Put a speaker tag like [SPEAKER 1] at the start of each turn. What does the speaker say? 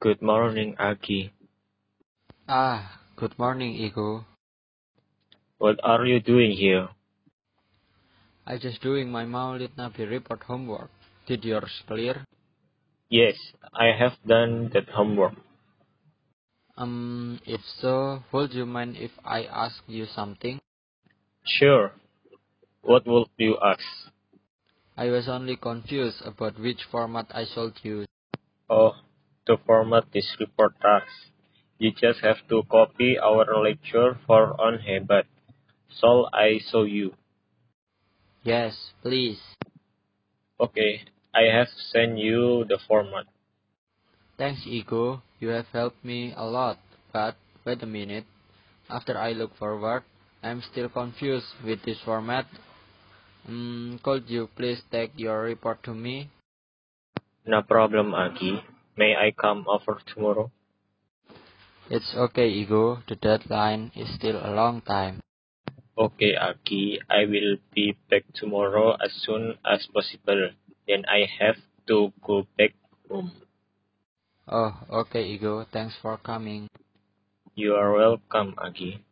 [SPEAKER 1] Good morning, Aki.
[SPEAKER 2] Ah, good morning, Ego.
[SPEAKER 1] What are you doing here?
[SPEAKER 2] I just doing my Maulid Nabi report homework. Did yours clear?
[SPEAKER 1] Yes, I have done that homework.
[SPEAKER 2] Um, if so, would you mind if I ask you something?
[SPEAKER 1] Sure. What would you ask?
[SPEAKER 2] I was only confused about which format I should use.
[SPEAKER 1] Oh, to format this report task. You just have to copy our lecture for on Hebat. So I show you.
[SPEAKER 2] Yes, please.
[SPEAKER 1] Okay, I have sent you the format.
[SPEAKER 2] Thanks, Ego. You have helped me a lot. But wait a minute. After I look forward, I'm still confused with this format. Um, could you please take your report to me?
[SPEAKER 1] No problem, Aki. May I come over tomorrow?
[SPEAKER 2] It's okay, Ego. The deadline is still a long time.
[SPEAKER 1] Okay, Aki, I will be back tomorrow as soon as possible. Then I have to go back home.
[SPEAKER 2] Oh, okay, Ego. Thanks for coming.
[SPEAKER 1] You are welcome, Aki.